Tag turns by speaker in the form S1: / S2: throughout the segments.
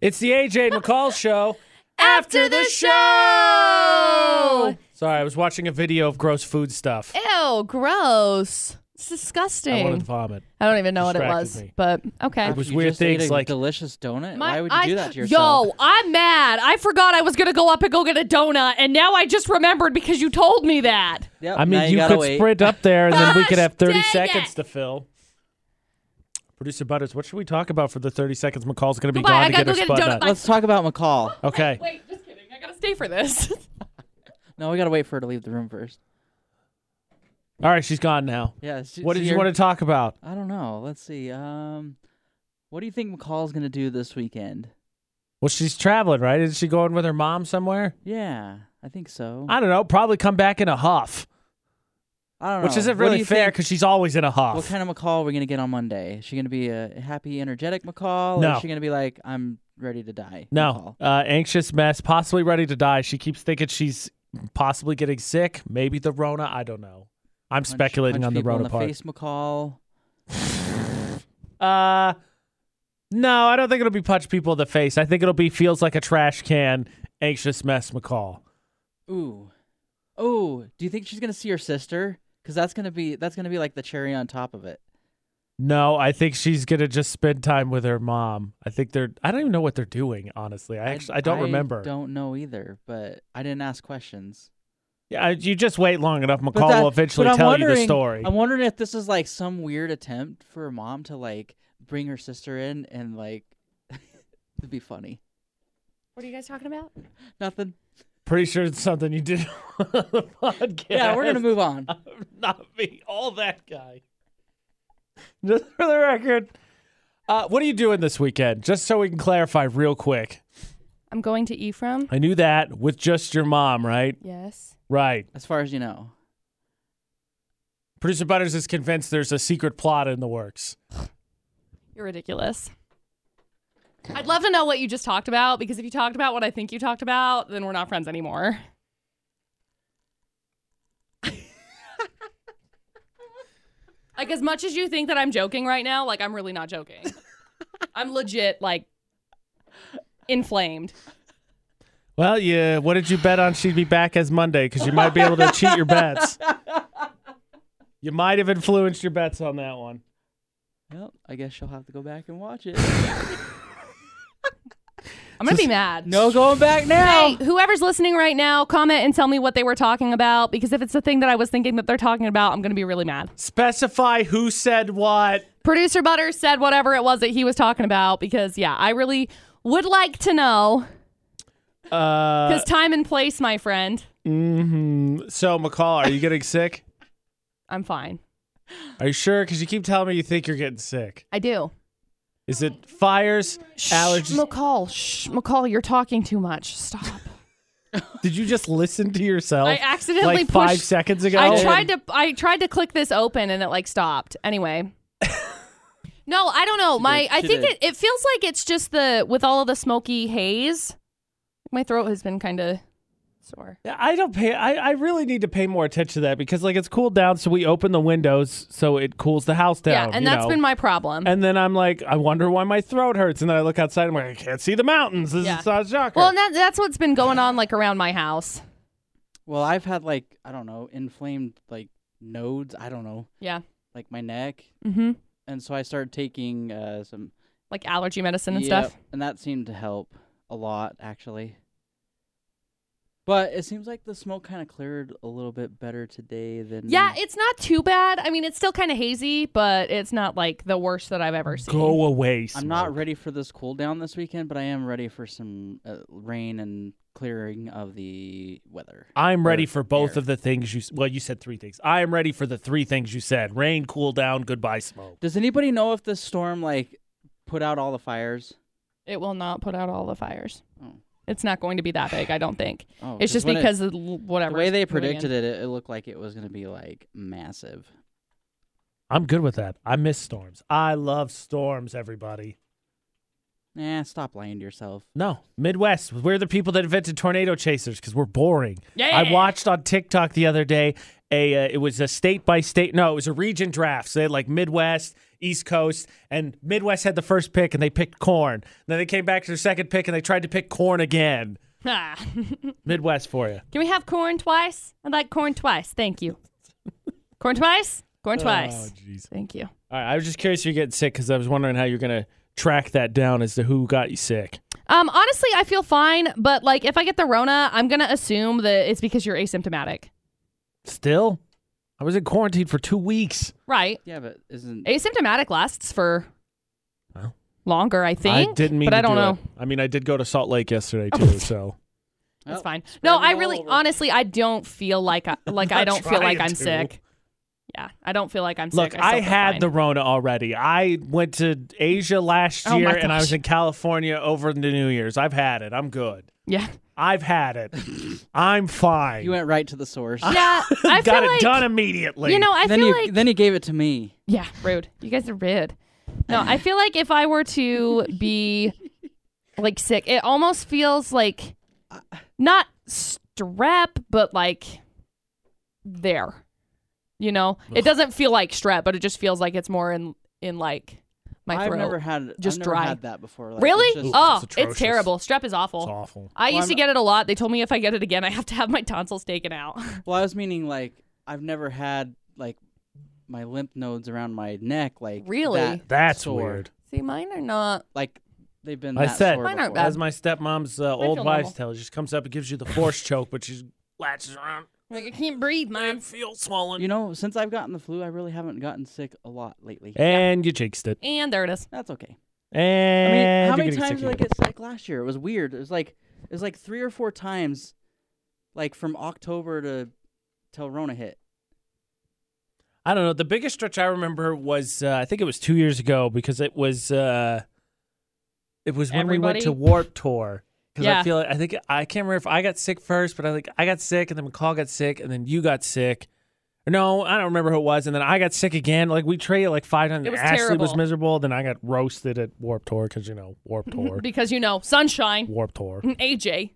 S1: It's the AJ McCall show.
S2: After the show!
S1: Sorry, I was watching a video of gross food stuff.
S2: Ew, gross. It's
S1: I
S2: disgusting. I,
S1: wanted to vomit.
S2: don't even know what it
S1: Distracted
S2: was,
S1: me.
S2: but okay.
S1: It was
S3: You
S1: weird
S3: just ate
S1: things
S3: a
S1: like-
S3: delicious donut.
S2: My
S3: Why would you do
S2: eyes-
S3: that to yourself?
S2: Yo, I'm mad. I forgot I was gonna go up and go get a donut, and now I just remembered because you told me that.
S3: Yep,
S1: I
S3: now
S1: mean, you,
S3: gotta
S1: could
S3: wait.
S1: sprint up there and then we could have 30
S2: Gosh, dang
S1: seconds
S2: it.
S1: to fill. Producer Butters, what should we talk about for the 30 seconds McCall's going to be
S2: Goodbye, I
S1: gone to
S2: gotta
S1: get her
S2: go get
S1: spud
S2: a donut.
S1: nut?
S2: Bye.
S3: Let's talk about McCall.
S1: Okay.
S2: Wait, just kidding. I gotta stay for this.
S3: No, we gotta wait for her to leave the room first.
S1: All right, she's gone now.
S3: Yeah. She,
S1: What did you want to talk about?
S3: I don't know. Let's see. Um, what do you think McCall's gonna do this weekend?
S1: Well, she's traveling, right? Is she going with her mom somewhere?
S3: Yeah, I think so.
S1: I don't know. Probably come back in a huff,
S3: I don't know.
S1: which isn't
S3: What do
S1: really
S3: you
S1: fair
S3: think-
S1: because she's always in a
S3: What
S1: huff.
S3: kind of McCall are we gonna get on Monday? Is she gonna be a happy, energetic McCall? Or
S1: No.
S3: is she gonna be like, I'm ready to die?
S1: No,
S3: McCall?
S1: uh, anxious mess, possibly ready to die. She keeps thinking she's possibly getting sick, maybe the Rona. I don't know. I'm
S3: Punch-
S1: speculating
S3: punch
S1: on the
S3: people in
S1: Rona
S3: the
S1: part.
S3: Face McCall.
S1: Uh, no, I don't think it'll be punch people in the face. I think it'll be feels like a trash can, anxious mess McCall.
S3: Ooh, ooh. Do you think she's gonna see her sister? Because that's gonna be that's gonna be like the cherry on top of it.
S1: No, I think she's gonna just spend time with her mom. I think they're. I don't even know what they're doing. Honestly, I actually I don't remember.
S3: Don't know either, but I didn't ask questions.
S1: Yeah, you just wait long enough,
S3: But
S1: McCall
S3: that-
S1: will eventually
S3: but I'm
S1: tell you the
S3: wondering-
S1: story.
S3: I'm wondering if this is like some weird attempt for a mom to like bring her sister in and like it'd be funny.
S2: what are you guys talking about?
S3: Nothing.
S1: Pretty sure it's something you did on the podcast.
S3: Yeah, we're gonna move on.
S1: not be all that guy. Just for the record, uh, what are you doing this weekend? Just so we can clarify real quick.
S2: I'm going to Ephraim.
S1: I knew that with just your mom, right?
S2: Yes.
S1: Right.
S3: As far as you know.
S1: Producer Butters is convinced there's a secret plot in the works.
S2: You're ridiculous. I'd love to know what you just talked about because if you talked about what I think you talked about, then we're not friends anymore. like as much as you think that I'm joking right now, like I'm really not joking. I'm legit like inflamed.
S1: Well, yeah. What did you bet on? She'd be back as Monday because you might be able to cheat your bets. You might have influenced your bets on that one.
S3: Yep. I guess she'll have to go back and watch it.
S2: I'm gonna be mad.
S3: no going back now.
S2: Hey, whoever's listening right now, comment and tell me what they were talking about because if it's the thing that I was thinking that they're talking about, I'm gonna be really mad.
S1: Specify who said what.
S2: producer butter said whatever it was that he was talking about because yeah i really would like to know
S1: Uh,
S2: because time and place my friend
S1: mhm. So, McCall, are you getting sick?
S2: i'm fine
S1: Are you sure? Because you keep telling me you think you're getting sick.
S2: i do
S1: Is it fires, allergies?
S2: mccall shh mccall you're talking too much stop
S1: Oh, Did you just listen to yourself?
S2: I accidentally
S1: like five
S2: pushed-
S1: seconds ago.
S2: i tried to i tried to click this open and it like stopped anyway no i don't know my
S3: did,
S2: i
S3: she
S2: think
S3: did.
S2: it, it feels like it's just the with all of the smoky haze my throat has been kind of sore
S1: Yeah, I don't pay. I, I really need to pay more attention to that because like it's cooled down, so we open the windows so it cools the house down.
S2: yeah and
S1: you
S2: that's
S1: know?
S2: been my problem
S1: And then I'm like, I wonder why my throat hurts, and then I look outside. and I'm like, I can't see the mountains. This
S2: Yeah.
S1: is not a shocker.
S2: well and that, that's what's been going on like around my house
S3: Well, I've had like I don't know inflamed like nodes. I don't know
S2: yeah
S3: like my neck,
S2: mm-hmm
S3: and so I started taking uh, some
S2: like allergy medicine and
S3: Yep,
S2: stuff.
S3: and that seemed to help a lot actually. But it seems like the smoke kind of cleared a little bit better today than
S2: Yeah, it's not too bad. I mean, it's still kind of hazy, but it's not like the worst that I've ever seen.
S1: go away.
S3: I'm not
S1: smoke.
S3: ready for this cool down this weekend, but I am ready for some uh, rain and clearing of the weather.
S1: I'm ready
S3: Air-
S1: for both
S3: air.
S1: of the things you. s- Well, you said three things. I am ready for the three things you said: rain, cool down, goodbye smoke.
S3: Does anybody know if this storm like put out all the fires?
S2: It will not put out all the fires.
S3: Oh.
S2: It's not going to be that big, I don't think.
S3: Oh,
S2: it's just
S3: when it-
S2: because of l-
S3: the
S2: whatever.
S3: way they predicted it, it, it looked like it was going to be like massive.
S1: I'm good with that. I miss storms. I love storms. Everybody.
S3: Nah, stop lying to yourself.
S1: No, Midwest. We're the people that invented tornado chasers because we're boring.
S2: Yeah.
S1: I watched on TikTok the other day a uh, it was a state by state no it was a region draft. So they had like Midwest, East Coast, and Midwest had the first pick, and they picked corn. Then they came back to their second pick, and they tried to pick corn again.
S2: Ah.
S1: Midwest for you.
S2: Can we have corn twice? I'd like corn twice. Thank you. Corn twice?
S3: Oh,
S2: Corn twice.
S1: jeez.
S2: Thank you.
S1: All right, I was just curious if you're getting sick because I was wondering how you're gonna track that down as to who got you sick.
S2: Um, honestly, I feel fine, but like if I get the Rona, I'm gonna assume that it's because you're asymptomatic.
S1: Still, I was in quarantine for two weeks.
S2: Right.
S3: Yeah, but isn't
S2: Asymptomatic lasts for
S1: Well.
S2: longer, I think.
S1: I didn't mean
S2: but
S1: to
S2: I don't
S1: do
S2: know.
S1: it. I mean, I did go to Salt Lake yesterday too, so
S2: That's
S3: Oh,
S2: fine.
S3: spread
S2: No,
S3: it
S2: I
S3: all
S2: really,
S3: over.
S2: honestly, I don't feel like I like I
S1: not
S2: don't feel like
S1: trying to.
S2: I'm sick. Yeah, I don't feel like I'm
S1: look,
S2: sick.
S1: I
S2: still feel
S1: had
S2: fine.
S1: the Rona already. I went to Asia last
S2: Oh my
S1: year, and I
S2: gosh.
S1: was in California over the New Year's. I've had it. I'm good.
S2: yeah,
S1: I've had it. I'm fine.
S3: you went right to the source?
S2: yeah. I feel
S1: got it
S2: like
S1: done immediately.
S2: you know. I
S3: then
S2: feel
S3: you
S2: like
S3: then you gave it to me.
S2: yeah, rude. You guys are rude. No, I feel like if I were to be like sick, it almost feels like not strep, but like there. You know, it doesn't feel like strep, but it just feels like it's more in in like my
S3: I've
S2: throat.
S3: never had
S2: Just
S3: I've never
S2: dry.
S3: had that before. Like,
S2: Really?
S3: It's just,
S2: oh,
S1: it's
S2: it's
S1: atrocious.
S2: terrible. Strep is awful.
S1: it's awful.
S2: I
S3: Well,
S2: used to
S3: I'm-
S2: get it a lot. They told me if I get it again, I have to have my tonsils taken out.
S3: Well, I was meaning like I've never had like my lymph nodes around my neck like
S2: Really?
S3: that
S1: That's
S3: sore.
S1: weird.
S2: See, mine are not.
S3: Like they've been.
S1: I
S3: that
S1: said-
S3: sore
S2: Mine aren't
S3: before.
S2: bad.
S1: As my stepmom's uh, old
S2: feel normal.
S1: wives tell, she just comes up and gives you the force choke, but she latches around.
S2: Like I can't breathe,
S1: I
S2: man.
S1: feel swollen.
S3: You know, since I've gotten the flu, I really haven't gotten sick a lot lately.
S1: and you jinxed it.
S2: And there it is.
S3: That's okay. I mean,
S1: And you're
S3: how many
S1: Eh, getting
S3: times
S1: sick
S3: did I
S1: again.
S3: get sick last year? It was weird. It was like it was like three or four times, like from October to till Rona hit.
S1: I don't know. The biggest stretch I remember was uh, I think it was two years ago because it was uh, it was when we went to
S2: Everybody-
S1: Warp Tour. Because
S2: Yeah.
S1: I feel like, I think I can't remember if I got sick first, but I think I got sick and then McCall got sick and then you got sick. No, I don't remember who it was, and then I got sick again. Like we traded like five times.
S2: It was
S1: Ashley was
S2: terrible.
S1: miserable. Then I got roasted at Warp Tour because you know Warp Tour,
S2: Because you know, sunshine.
S1: Warp Tour.
S2: Mm,
S1: That's
S2: AJ.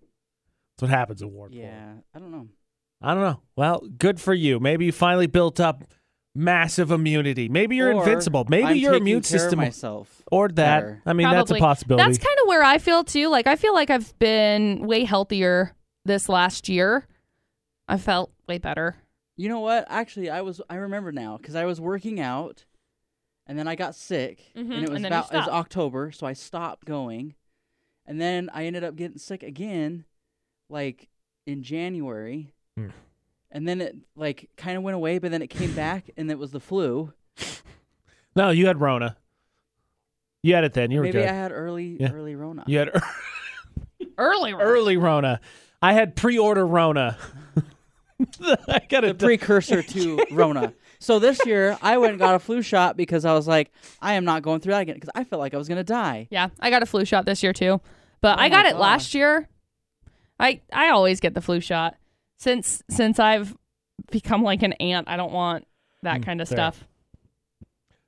S1: what happens at Warp Tour.
S3: Yeah, I don't know.
S1: I don't know. Well, good for you. Maybe you finally built up massive immunity. Maybe you're
S3: Or
S1: invincible. Maybe
S3: I'm
S1: your
S3: taking
S1: immune
S3: care of
S1: system
S3: myself
S1: or that.
S3: better.
S1: I mean, that's a
S2: Probably.
S1: possibility.
S2: That's kind of where I feel too. Like I feel like I've been way healthier this last year. I felt way better.
S3: You know what? Actually, I was I remember now because I was working out, and then I got sick,
S2: Mhm,
S3: and it was
S2: and then you
S3: about it was
S2: stopped.
S3: October, so I stopped going, and then I ended up getting sick again, like in January,
S1: Hmm.
S3: and then it like kind of went away, but then it came back, and it was the flu.
S1: no, you had Rona. You had it then. You were
S3: Maybe
S1: good.
S3: I had early
S1: Yeah.
S3: early Rona.
S1: you had
S2: Earlier.
S1: early Rona. I had pre-order Rona. I got
S3: The
S1: it.
S3: precursor to Rona. So this year I went and got a flu shot because I was like, I am not going through that again because I felt like I was gonna die.
S2: Yeah, I got a flu shot this year too, but
S3: Oh
S2: I got
S3: my
S2: it last year. I I always get the flu shot since since I've become like an aunt. I don't want that
S1: Mm,
S2: kind of
S1: fair.
S2: stuff.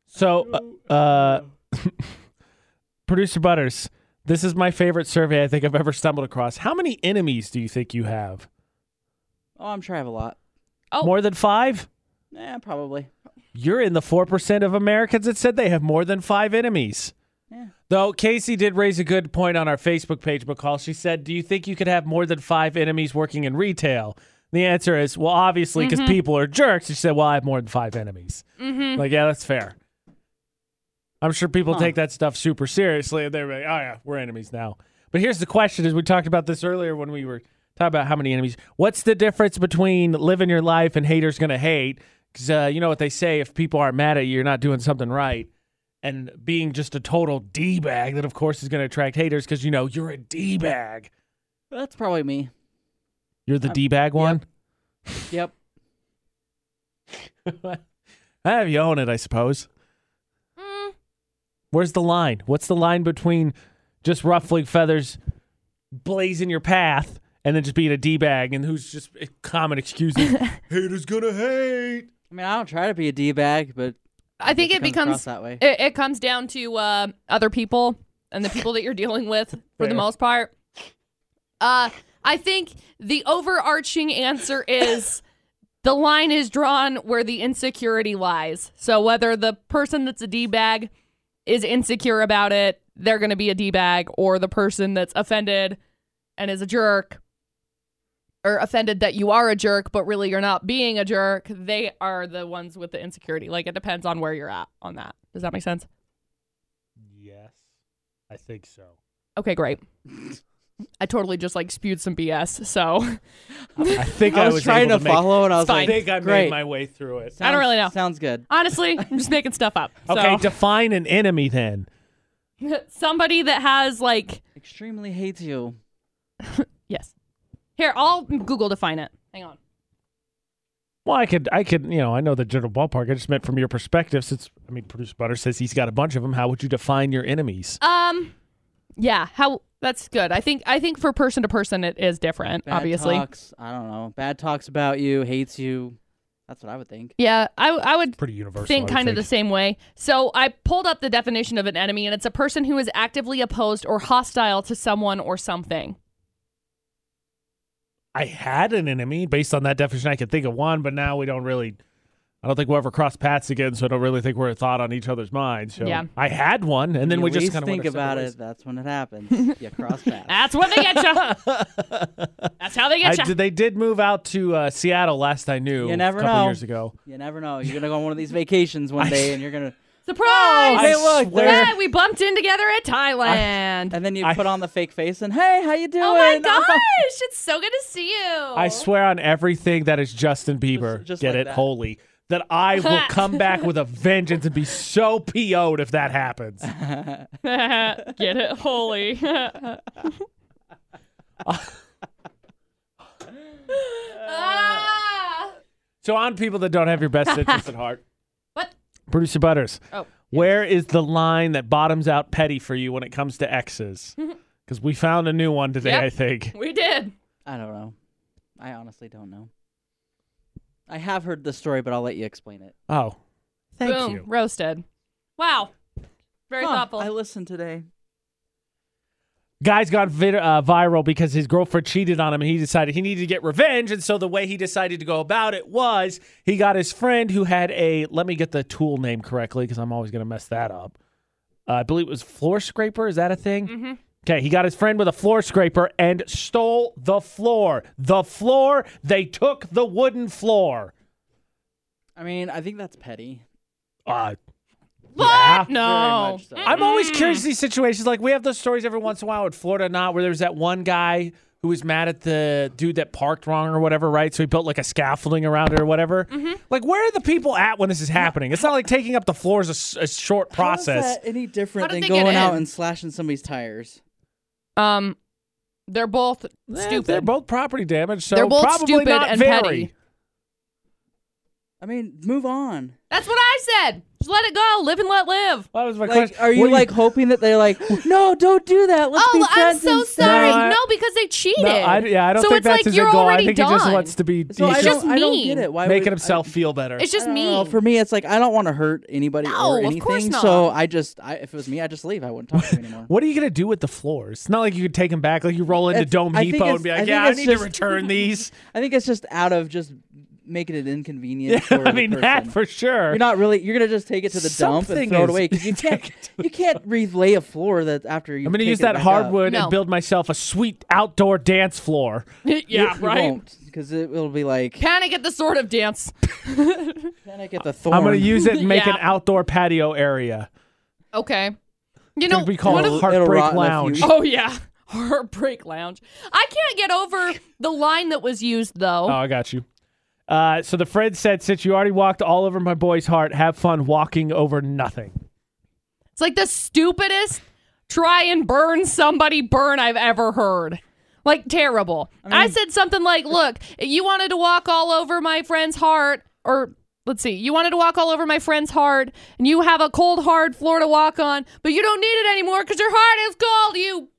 S1: so, uh, uh, producer Butters, this is my favorite survey I think I've ever stumbled across. How many enemies do you think you have?
S3: Oh, I'm sure I have a lot.
S2: Oh.
S1: More than five?
S3: Yeah, probably.
S1: You're in the 4% of Americans that said they have more than five enemies.
S3: Yeah.
S1: Though Casey did raise a good point on our Facebook page, McCall. She said, Do you think you could have more than five enemies working in retail? The answer is, Well, obviously, because people are jerks. She said, Well, I have more than five enemies.
S2: Mm-hmm.
S1: Like, yeah, that's fair. I'm sure people
S3: Huh.
S1: take that stuff super seriously and they're like, Oh, yeah, we're enemies now. But here's the question is we talked about this earlier when we were talking about how many enemies. What's the difference between living your life and haters gonna hate? Because uh, you know what they say: if people aren't mad at you, you're not doing something right. And being just a total d bag, that of course is gonna attract haters because you know you're a d bag.
S3: That's probably me.
S1: You're the
S3: Um,
S1: d bag one.
S3: Yep.
S1: I have you own it, I suppose. Where's the line? What's the line between just ruffling feathers, blazing your path, and then just being a d bag? And who's just a common excuse? is, Haters gonna hate.
S3: I mean, I don't try to be a d bag, but
S2: I think it
S3: comes across
S2: becomes
S3: that way.
S2: it, it comes down to uh, other people and the people that you're dealing with for
S1: Fair.
S2: the most part. Uh, I think the overarching answer is the line is drawn where the insecurity lies. So whether the person that's a D bag is insecure about it, they're going to be a D bag, or the person that's offended and is a jerk, or offended that you are a jerk, but really you're not being a jerk, they are the ones with the insecurity. Like it depends on where you're at on that. Does that make sense?
S1: Yes, I think so.
S2: Okay, great. I totally just like spewed some BS. So
S1: I think
S3: I was, trying to,
S1: able make-
S3: follow, and I was
S1: I
S2: fine.
S3: like,
S1: think I made
S3: Great.
S1: my way through it.
S2: I don't really know.
S3: Sounds good.
S2: honestly, I'm just making stuff up. So.
S1: Okay, define an enemy then.
S2: somebody that has like
S3: Extremely hates you.
S2: yes here i'll google define it hang on
S1: Well, I could, I could, you know, I know the general ballpark. I just meant from your perspective, since I mean, producer Butter says he's got a bunch of them. How would you define your enemies?
S2: um yeah how that's good i think i think for person to person it is different
S3: Bad
S2: obviously
S3: Talks, I don't know. Bad talks about you, hates you. That's what I would think.
S2: yeah i, I would
S1: Pretty universal.
S2: think
S1: I would
S2: kind of the same way so i pulled up the definition of an enemy and it's a person who is actively opposed or hostile to someone or something
S1: I had an enemy based on that definition. I could think of one, but now we don't really. I don't think we'll ever cross paths again, so I don't really think we're a thought on each other's minds. So
S2: Yeah.
S1: I had one, and then
S3: You
S1: we just
S3: least
S1: kind of
S3: think about it. That's when it happens. you cross paths.
S2: that's what they get you that's how they
S1: I
S2: get you
S1: did- they did move out to uh, Seattle last I knew.
S3: You never
S1: a couple
S3: know.
S1: years ago.
S3: You never know. You're gonna go on one of these vacations one day, and you're gonna,
S2: surprise
S1: I
S3: hey, look,
S1: swear-
S3: there-
S2: yeah, we bumped in together at thailand
S3: and then you
S1: I-
S3: put on the fake face, and hey, how you doing?
S2: Oh my gosh, it's so good to see you.
S1: I swear on everything that is Justin Bieber,
S3: Just- just
S1: get
S3: like
S1: it
S3: that.
S1: holy, that I will come back with a vengeance and be so PO'd if that happens.
S2: Get it, holy. ah!
S1: So on people that don't have your best interest at heart,
S2: What?
S1: producer Butters,
S2: Oh.
S1: where is the line that bottoms out petty for you when it comes to exes? Because we found a new one today,
S2: Yep.
S1: I think.
S2: We did.
S3: I don't know. I honestly don't know. I have heard this story, but I'll let you explain it.
S1: Oh, thank
S2: Boom.
S1: you.
S2: Roasted. Wow. Very
S3: Huh,
S2: thoughtful.
S3: I listened today.
S1: Guy's gone vid- uh, viral because his girlfriend cheated on him and he decided he needed to get revenge. And so the way he decided to go about it was he got his friend who had a, let me get the tool name correctly because I'm always going to mess that up. Uh, I believe it was floor scraper. Is that a thing?
S2: Mhm.
S1: Okay, he got his friend with a floor scraper and stole the floor. The floor, they took the wooden floor.
S3: I mean, I think that's petty.
S1: Uh,
S2: what?
S1: yeah.
S2: No. Mm.
S3: much so.
S1: I'm always curious these situations. Like we have those stories every once in a while in Florida, not where there's that one guy who was mad at the dude that parked wrong or whatever, right? So he built like a scaffolding around it or whatever.
S2: Mm-hmm.
S1: Like, where are the people at when this is happening? It's not like taking up the floor is a s- a, short
S3: How is
S1: process. Eh,
S3: that any
S2: How
S3: different
S2: did
S3: than
S2: they get
S3: going out
S2: in?
S3: and slashing somebody's tires?
S2: Um, they're both
S1: Eh,
S2: stupid.
S1: They're both property damage, so
S2: They're both
S1: probably
S2: stupid
S1: not
S2: and
S1: very.
S2: petty.
S3: I mean, move on.
S2: That's what I said. Just let it go. Live and let live.
S1: That was my
S3: Like,
S1: question.
S3: are you
S1: What do
S3: like hoping that they're like, no, don't do that. Let's be
S2: oh, I'm
S3: friends
S2: so
S3: instead."
S2: sorry.
S1: No, I-
S2: No, because they cheated.
S1: No, I, yeah, I don't
S2: so
S1: think
S2: it's
S1: that's
S2: like
S1: his
S2: you're
S1: end goal. I
S2: already
S1: think
S2: done.
S1: he just wants to be
S3: So
S1: he's
S3: I
S1: just
S2: It's
S3: don't,
S2: just
S3: I don't
S2: mean.
S3: get it. Why
S1: making
S3: would-
S1: himself
S3: I,
S1: feel better.
S2: It's just
S3: I don't
S2: me.
S3: know. For me, it's like I don't want to hurt anybody
S2: No,
S3: or
S2: of
S3: anything.
S2: course not.
S3: So I just, I, if it was me, I just leave. I wouldn't talk to you anymore.
S1: What are you gonna do with the floors? It's not like you could take them back. Like you roll into
S3: It's-
S1: Dome
S3: I think
S1: Depot
S3: it's-
S1: and be
S3: I
S1: like,
S3: think
S1: "Yeah, I
S3: it's
S1: need
S3: just-
S1: to return these."
S3: I think it's just out of just making it inconvenient. for
S1: I
S3: the
S1: mean, that
S3: person.
S1: for sure.
S3: You're not really. You're gonna just take it to the dump
S1: Something
S3: and throw
S1: is-
S3: it away because you can't. you can't relay a floor that after you.
S1: I'm gonna
S3: take
S1: use
S3: it
S1: that
S3: back
S1: hardwood
S2: No.
S1: and build myself a sweet outdoor dance floor.
S2: yeah, right.
S3: Because it will be like
S2: Panic at the sort of dance.
S3: then I get the thorn.
S1: I'm gonna use it and make an
S2: Yeah.
S1: outdoor patio area.
S2: Okay. You
S1: Could
S2: know,
S1: be called
S2: what
S3: It'll-
S2: if-
S3: it'll
S1: Heartbreak
S3: rot in a
S1: Lounge.
S3: few-
S2: oh yeah, heartbreak lounge. I can't get over the line that was used though.
S1: Oh, I got you. Uh, so the friend said, "Since you already walked all over my boy's heart, have fun walking over nothing."
S2: it's like the stupidest try and burn somebody burn I've ever heard. Like terrible. I, said something like, "Look, you wanted to walk all over my friend's heart or Let's see. You wanted to walk all over my friend's heart, and you have a cold, hard floor to walk on, but you don't need it anymore because your heart is cold. You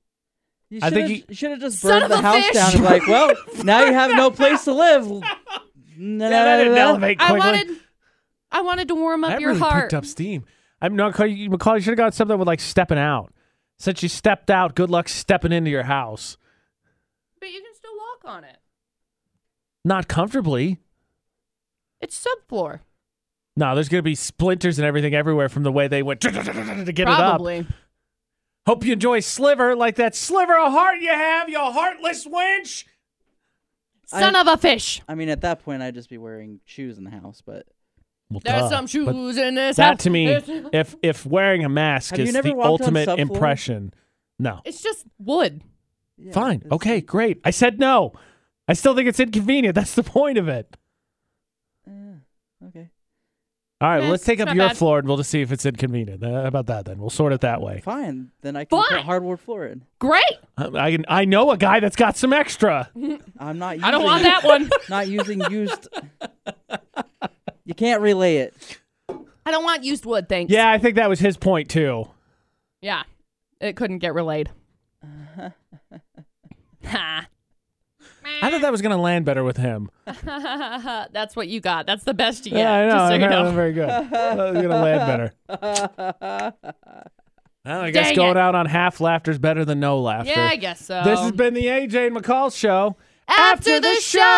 S3: You
S1: I
S3: should
S1: think
S3: have,
S1: you-
S3: should have just
S2: Son
S3: burned
S2: of
S3: the
S2: a
S3: house
S2: fish.
S3: down. And be like, well, now you have no place to live. No,
S1: Yeah, that didn't elevate
S2: I
S1: quickly.
S2: wanted, I wanted to warm up
S1: that
S2: your
S1: really
S2: heart.
S1: picked up steam. I'm not calling you, McCall. You should have got something with like stepping out. Since you stepped out, good luck stepping into your house.
S2: But you can still walk on it.
S1: Not comfortably.
S2: It's subfloor.
S1: No, there's gonna be splinters and everything everywhere from the way they went to get it up.
S2: Probably.
S1: Hope you enjoy Sliver like that sliver of heart you have, you heartless wench.
S2: Son
S3: I-
S2: of a fish.
S3: I mean, at that point, I'd just be wearing shoes in the house. But
S1: Well,
S2: There's
S1: duh.
S2: some shoes
S1: But
S2: in this
S1: that
S2: house.
S1: to me,
S2: There's-
S1: if if wearing a mask
S3: Have you
S1: is
S3: never
S1: the
S3: walked on
S1: ultimate
S3: subfloor?
S1: impression, no.
S2: It's just wood.
S3: yeah,
S1: Fine.
S3: it's-
S1: Okay, great. I said no. I still think it's inconvenient. That's the point of it.
S3: eh, okay.
S1: All right,
S2: Eh,
S1: well, let's take up
S2: it's not
S1: your
S2: bad.
S1: floor and we'll just see if it's inconvenient. Uh, how about that then? We'll sort it that way.
S3: Fine. Then I can put
S2: Fine.
S3: hardwood floor in.
S2: Great.
S1: I, I can- I know a guy that's got some extra.
S3: I'm not. Using,
S2: I don't want that one.
S3: Not using used. you can't relay it.
S2: I don't want used wood, thanks.
S1: Yeah, I think that was his point too.
S2: Yeah. It couldn't get relayed. ha.
S1: I thought that was going to land better with him.
S2: That's what you got. That's the best you get.
S1: Yeah,
S2: just so
S1: I
S2: you
S1: know.
S2: know.
S1: Very good. that was going to land better. Well, I guess
S2: Dang
S1: going
S2: it.
S1: out on half laughter's better than no laughter.
S2: Yeah, I guess so.
S1: This has been the AJ and McCall show.
S2: After the show!